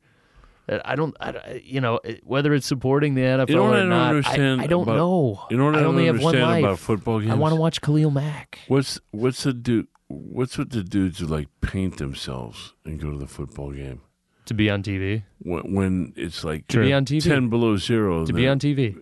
Uh, I don't, I, don't- you know, it- whether it's supporting the NFL
You know what
or
I don't
not.
understand
I, I don't
about-
know.
you know what I
I
don't
only have one
understand
life.
about football
I
games?
want to watch Khalil Mack.
What's what's the dude? What's with the dudes who like paint themselves and go to the football game
To be on TV.
when, when it's like
To be on TV.
ten below zero?
To
and
be
then-
on TV.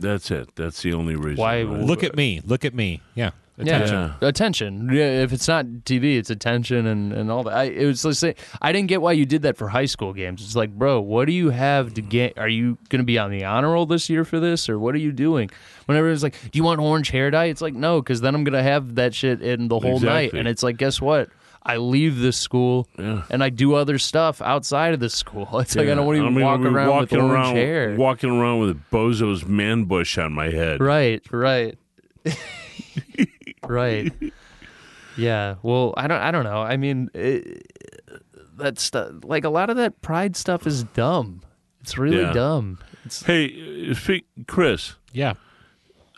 That's it. That's the only reason.
Why-
right?
Look at me. Look at me. Yeah.
Attention.
Yeah.
Attention. Yeah, if it's not TV, it's attention and, and all that. I it was like say I didn't get why you did that for high school games. It's like, bro, what do you have to get? Are you going to be on the honor roll this year for this, or what are you doing? When everyone's like, "Do you want orange hair dye?" It's like, no, because then I'm going to have that shit in the whole night,
Exactly.
and it's like, guess what? I leave this school
Yeah.
and I do other stuff outside of this school. [laughs] It's like I don't want
I'm
to
gonna
walk
be
around with
walking
orange
around,
hair.
Walking around with a bozo's man bush on my head.
Right, right. [laughs] right. Yeah. Well, I don't I don't know. I mean, it, that stuff like a lot of that pride stuff is dumb. It's really
Yeah.
dumb. It's
Hey, uh, speak, Chris.
Yeah.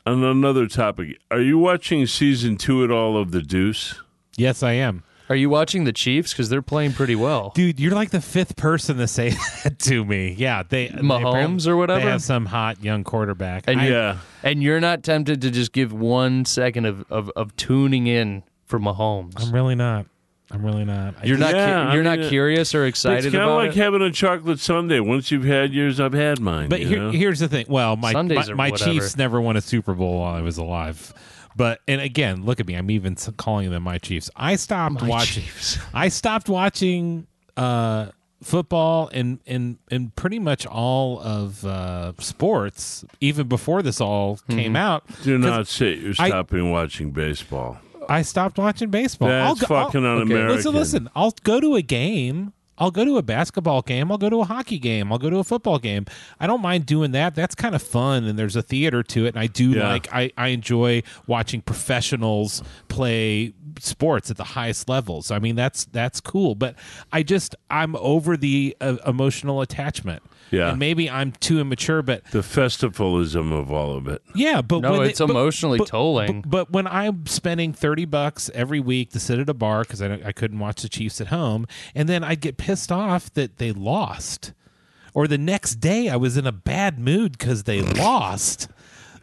On another topic, are you watching season two at all of The Deuce?
Yes, I am.
Are you watching the Chiefs cuz they're playing pretty well?
Dude, you're like the fifth person to say [laughs] that to me. Yeah, they they
Mahomes
apparently-
or whatever?
They have some hot young quarterback.
And
I-
you-
yeah,
and you're not tempted to just give 1 second of of, of tuning in for Mahomes.
I'm really not. I'm really not. I
You're not cu-
Yeah, I
you're
mean,
not
it-
curious or
it's
excited
kind of
about
like
it.
having a chocolate sundae. Once you've had yours, I've had mine.
But
you
here,
know?
here's the thing. Well, my
Sundays
my,
or
my
whatever.
Chiefs never won a Super Bowl while I was alive. But and again, look at me. I'm even s- calling them my Chiefs. I stopped watching.
Chiefs.
I stopped watching uh, football and and and pretty much all of uh, sports even before this all
Mm-hmm.
came out.
Do not say you're
I-
stopping watching baseball.
I stopped watching baseball.
That's
I'll go, I'll-
fucking un-American.
Listen, listen. I'll go to a game. I'll go to a basketball game. I'll go to a hockey game. I'll go to a football game. I don't mind doing that. That's kind of fun, and there's a theater to it. And I do
Yeah.
like. I I enjoy watching professionals play sports at the highest levels. I mean, that's that's cool. But I just I'm over the uh, emotional attachment.
Yeah.
and maybe I'm too immature, but
The festivalism of all of it.
yeah, but
No,
when
it's
but-
emotionally
but-
tolling.
But, but when I'm spending thirty bucks every week to sit at a bar because I, don't- I couldn't watch the Chiefs at home, and then I'd get pissed off that
[clears throat]
they lost, or the next day I was in a bad mood because they lost.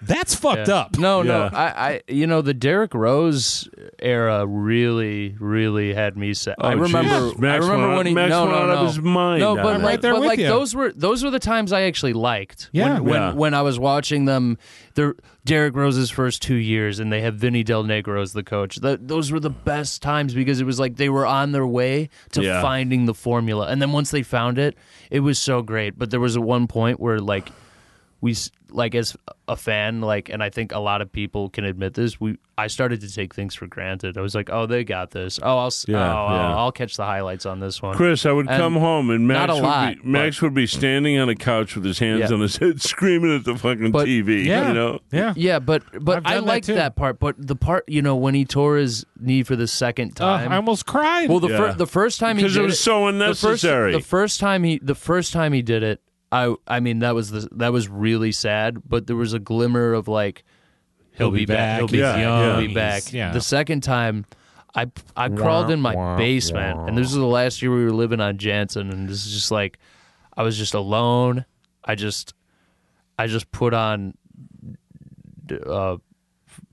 That's fucked
Yeah.
up.
No,
Yeah.
no. I, I, you know, the Derrick Rose era really, really had me sad. I
Oh,
remember,
Jesus. Max
I remember
went out-
when he
Max
no,
went
no,
out of
no.
his mind
No,
on
but
that.
like,
Right there
but
with
like
you.
those were those were the times I actually liked.
Yeah.
when when,
Yeah.
when I was watching them, their Derrick Rose's first two years, and they have Vinny Del Negro as the coach. Th those were the best times because it was like they were on their way to
Yeah.
finding the formula, and then once they found it, it was so great. But there was one point where like we s- like as a fan like and i think a lot of people can admit this we i started to take things for granted i was like oh they got this oh i'll s oh,
Yeah,
I'll-
yeah.
I'll catch the highlights on this one
Chris, I would
And
come home and Max
not a
would
lot,
be Max would be standing on a couch with his hands
Yeah.
on his head, [laughs] screaming at the fucking
But-
TV.
Yeah.
You know,
Yeah.
yeah but
I've
but
done
i
that
liked
too.
that, part but the part you know when he tore his knee for the second
Uh,
time
I almost cried.
well the
Yeah.
first the first time he
because it
did
was so
the first-
unnecessary.
The first, time he the first time he did it, I I mean that was the that was really sad, but there was a glimmer of like he'll,
be
be,
back,
back, he'll be
he's young,
he'll be back.
he's- yeah.
The second time I I crawled in my basement and this is the last year we were living on Jansen and this is just like I was just alone. I just I just put on uh,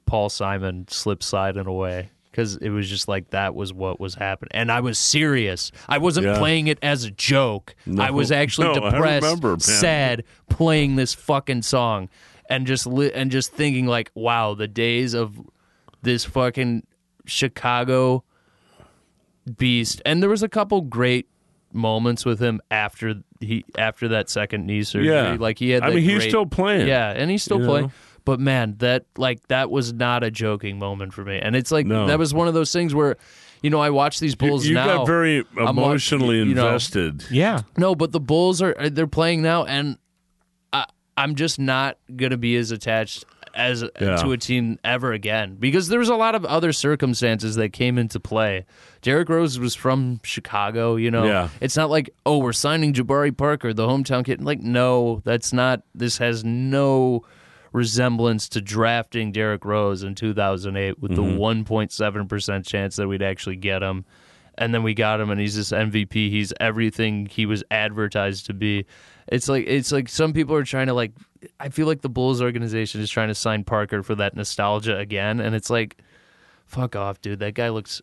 Paul Simon slip sliding away because it was just like that was what was happening, and I was serious. I wasn't
Yeah.
playing it as a joke. I was actually
no, I
depressed,
remember, man.
sad, playing this fucking song, and just li- and just thinking like, wow, the days of this fucking Chicago beast. And there was a couple great moments with him after he after that second knee surgery.
Yeah.
Like he had.
I
that
mean, he's
great-
still playing.
Yeah, and he's still
you
playing.
know?
But man, that like that was not a joking moment for me. And it's like
No.
that was one of those things where, you know, I watch these
You,
Bulls
you
now.
got very
I'm wa-
emotionally
you- you know,
invested.
yeah.
no, but the Bulls are uh, they're playing now, and I, I'm just not gonna be as attached as
Yeah.
to a team ever again because there was a lot of other circumstances that came into play. Derrick Rose was from Chicago, you know.
Yeah.
It's not like oh we're signing Jabari Parker, the hometown kid. Like no, that's not. This has no resemblance to drafting Derrick Rose in 2008 with the 1.7 percent chance that we'd actually get him and then we got him and he's this MVP. He's everything he was advertised to be. It's like it's like some people are trying to like I feel like the Bulls organization is trying to sign Parker for that nostalgia again and it's like fuck off dude. That guy looks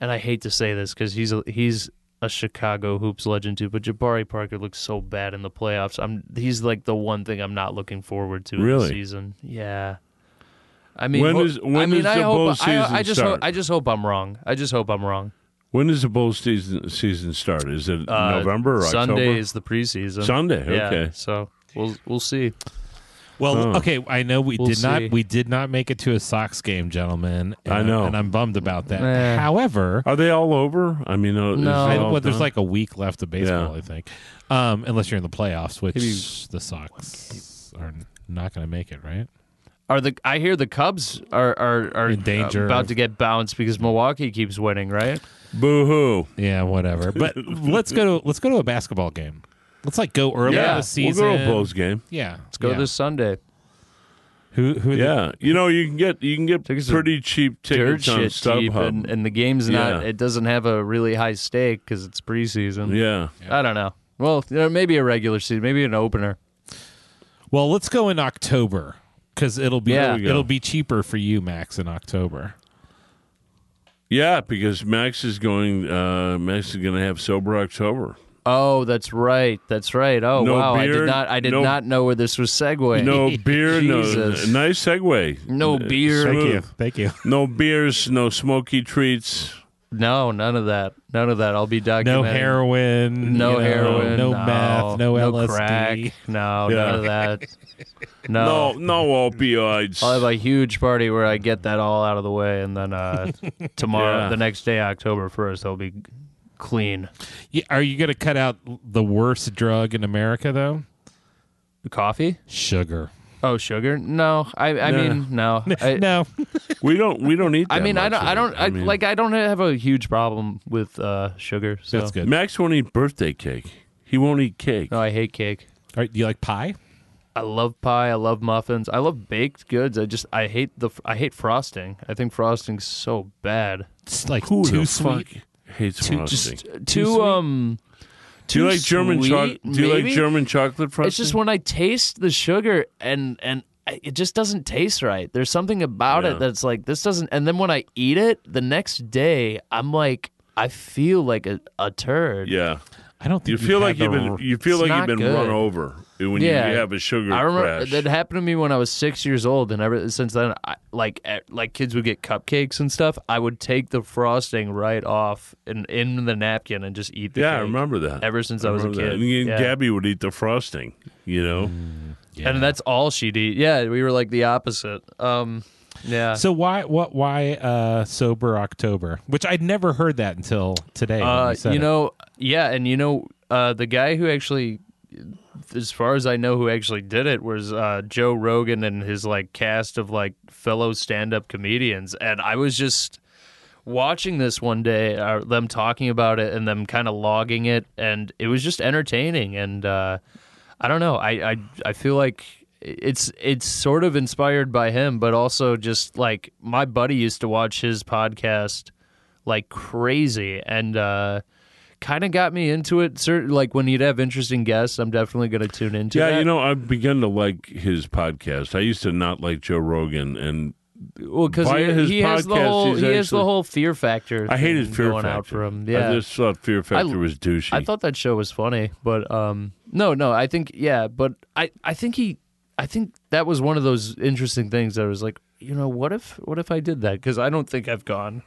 and I hate to say this cuz he's a, he's a Chicago hoops legend too, but Jabari Parker looks so bad in the playoffs. I'm he's like the one thing I'm not looking forward to
Really?
this season. Yeah. I mean,
When
ho-
is- when
I mean,
is
I
the
hope,
Bulls
I, I
season
just hope,
start?
I just hope I'm wrong. I just hope I'm wrong.
When does the bowl season season start? Is it
Uh,
November or
Sunday
October?
is the preseason.
Sunday,
Yeah,
okay.
so we'll we'll see.
Well,
Oh.
okay. I know we
We'll
did
see.
not we did not make it to a Sox game, gentlemen. And,
I know.
and I'm bummed about that.
Eh.
However,
Are they all over? I mean, uh, is
No.
it
I,
all
well, there's
done?
like a week left of baseball,
Yeah.
I think, um, unless you're in the playoffs, which
Maybe-
the Sox are not going to make it, right?
Are the I hear the Cubs are are, are
In danger
about
of-
to get bounced because Milwaukee keeps winning, right?
boo hoo.
Yeah, [laughs] whatever. But let's go to let's go to a basketball game. Let's like go early in
Yeah,
the
we'll
We'll
season.
go to a Bulls game.
Yeah, let's
Go this Sunday.
Who who? are the-
Yeah, you know you can get you can get
Tickets are
pretty cheap
Dirt
tickets on
shit cheap,
StubHub.
and, and the game's not.
Yeah.
It doesn't have a really high stake because it's preseason.
yeah,
I don't know. Well, you know, maybe a regular season, maybe an opener.
Well, let's go in October because it'll be
Yeah. There we
go.
it'll be cheaper for you, Max, in October.
yeah, because Max is going. Uh, Max is going to have sober October.
Oh, that's right. That's right. Oh
No
wow, I
beard,
did not. I did
no-
not know where this was segueing. [laughs]
No beer, no
Jesus.
nice segue. Uh,
No beer. Thank
smooth.
thank you.
No beers, no smoky treats.
no, none of that. None of that. I'll be documenting.
No heroin.
No
you know,
heroin.
No,
no
meth. No, LSD.
Crack, no,
Yeah.
none of that.
[laughs] No,
No.
no opioids.
I'll have a huge party where I get that all out of the way, and then
[laughs]
uh, tomorrow,
Yeah.
the next day, October 1st, I'll be clean.
Yeah, are you going to cut out the worst drug in America though?
Coffee?
Sugar.
Oh, sugar? No. I, I
[laughs] No.
mean, no. I,
no.
we don't. We don't eat.
I
that
mean, I
much
don't,
of
I
it.
don't, I,
mean,
like, I don't have a huge problem with uh, sugar. So.
That's good.
Max won't eat birthday cake. He won't eat cake.
No, I hate cake.
All right, do you like pie?
I love pie. I love muffins. I love baked goods. I just, I hate the, I hate frosting. I think frosting's so bad.
It's like
Who
too
the
sweet.
fuck hates
Too-
frosting?
just too
sweet?
um
do you like German
sweet,
chocolate? Do you like
maybe?
German chocolate frosting?
it's just when i taste the sugar and and I- it just doesn't taste right. There's something about
Yeah.
it that's like this doesn't. And then when I eat it the next day, I'm like, I feel like a, a turd.
Yeah,
I don't
you
think
feel
had
like
the
you've been
r-
you feel
it's not
like you've been
good.
run over when
Yeah.
you, you have a sugar
I remember
crash.
that happened to me when I was six years old, and ever since then, I, like eh, like kids would get cupcakes and stuff. I would take the frosting right off and in the napkin and just eat the
yeah,
cake.
I remember that.
Ever since I was a
remember
kid.
and, and
Yeah. Mm.
Gabby would eat the frosting. You know,
and that's all she'd eat. Yeah, we were like the opposite. Um, yeah.
So why what why uh sober October? Which I'd never heard that until today. when
Uh,
you, said it.
know, yeah, and you know, uh, the guy who actually, as far as I know, who actually did it was uh, Joe Rogan and his like cast of like fellow stand-up comedians, and I was just watching this one day, uh, them talking about it and them kind of logging it, and it was just entertaining, and uh, I don't know, I I I feel like. It's it's sort of inspired by him, but also just like my buddy used to watch his podcast like crazy and uh kind of got me into it certain like when you'd have interesting guests i'm definitely going to tune into
yeah,
that.
you know, I've begun to like his podcast. I used to not like Joe Rogan, and
well because
via
he,
his
he has the
podcast,
whole
he's
he has the
actually-
whole fear factor
I hated
thing
Fear
going
Factor.
out for him
I
yeah
just thought Fear Factor was douchey.
I thought that show was funny, but um, no, no, I think yeah, but I, I think he, I think that was one of those interesting things that I was like, you know, what if, what if I did that? Because I don't think I've gone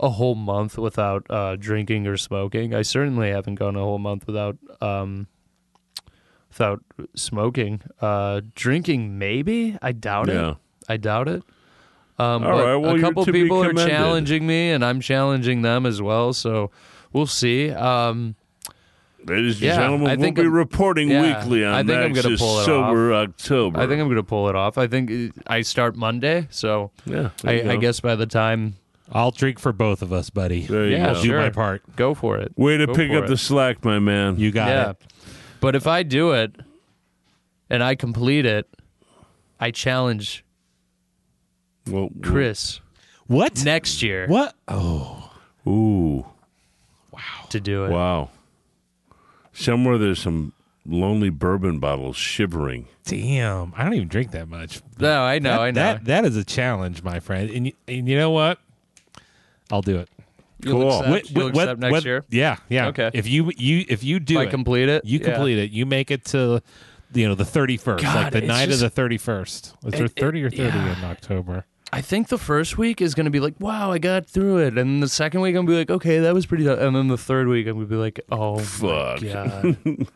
a whole month without uh, drinking or smoking. I certainly haven't gone a whole month without um, without smoking. Uh, drinking, maybe. I doubt
Yeah.
it. I doubt it. Um,
All
but
right, well,
a
you're
couple
to be
people are
commended.
challenging me, and I'm challenging them as well. So we'll see. Um,
Ladies and
Yeah,
gentlemen,
I
we'll
think
be
I'm-
reporting
yeah,
weekly on
I think I'm
Max's
gonna pull it
Sober October.
I think I'm going to pull it off. I think uh, I start Monday, so
Yeah, there you
I, I
go.
guess by the time,
I'll drink for both of us, buddy.
There you
yeah,
go.
Do
sure.
my part.
go for it.
Way to
Go
pick
for
up
it.
the slack, my man.
You got
yeah.
it.
But if I do it and I complete it, I challenge
well, well,
Chris
What?
next year
What? Oh,
Ooh,
to do it.
wow. Somewhere there's some lonely bourbon bottles shivering.
damn. I don't even drink that much.
No, I know,
That-
I know.
That that is a challenge, my friend. And y- and you know what? I'll do it.
you'll
cool.
accept,
Wh-
you'll
wh- wh-
accept next
wh-
year.
Yeah, yeah.
Okay.
If you you if you do
If I
it,
complete it,
you
yeah.
complete it. You make it to you know the thirty first,
God,
like the
it's
night of
just-
the thirty first. Is there
It- it-
thirty or thirty
yeah.
in October?
I think the first week is going to be like, wow, I got through it. And the second week, I'm going to be like, okay, that was pretty. tough. And then the third week, I'm going to be like, oh,
Fuck. [laughs]
God.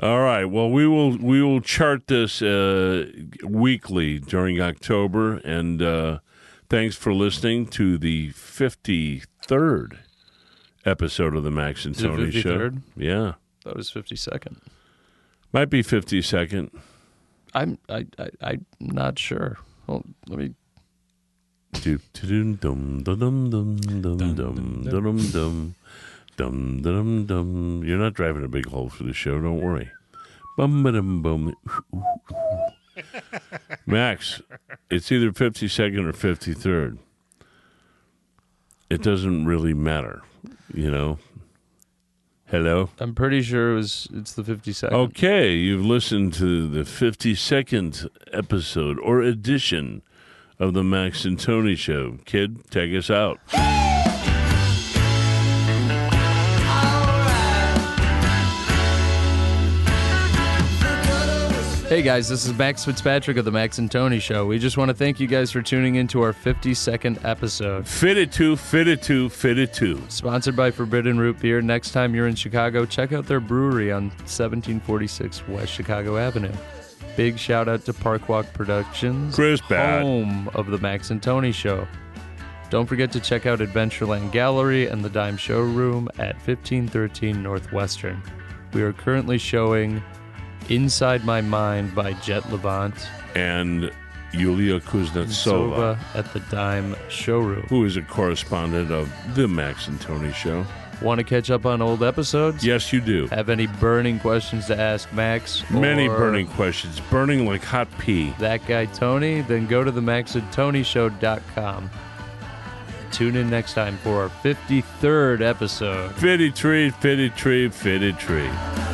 All right. Well, we will we will chart this uh, weekly during October, and uh, thanks for listening to the fifty third episode of the Max and
Is it
Tony show.
53rd?
Yeah,
that was 52nd.
might be fifty second.
I'm I, I I'm not sure. Well, let me.
Doop, doo, dum, dum, dum, dum, dum, dum, dum, dum, dum. Dum, dum, dum. You're not driving a big hole for the show. Don't worry. Bum, ba-dum, bum. [laughs] Max, it's either 52nd or 53rd. It doesn't really matter, you know. Hello.
I'm pretty sure it was. It's the 52nd.
Oh. Okay, you've listened to the 52nd episode or edition of the Max and Tony Show. Kid, take us out.
Hey guys, this is Max Fitzpatrick of the Max and Tony Show. We just want to thank you guys for tuning in to our 52nd episode.
Fit it to, fit it to, fit it to.
Sponsored by Forbidden Root Beer. Next time you're in Chicago, check out their brewery on 1746 West Chicago Avenue. Big shout out to Parkwalk Productions,
Chris Bad.
home of the Max and Tony Show. Don't forget to check out Adventureland Gallery and the Dime Showroom at 1513 Northwestern. We are currently showing Inside My Mind by Jet Levant
And Yulia Kuznetsova,
at the Dime Showroom.
who is a correspondent of The Max and Tony Show.
Want to catch up on old episodes?
Yes, you do.
Have any burning questions to ask Max?
Many
or
burning questions, burning like hot pea.
That guy Tony? Then go to the Max and Tony Show.com. Tune in next time for our 53rd episode.
Fitty tree, fitty tree, fitty tree.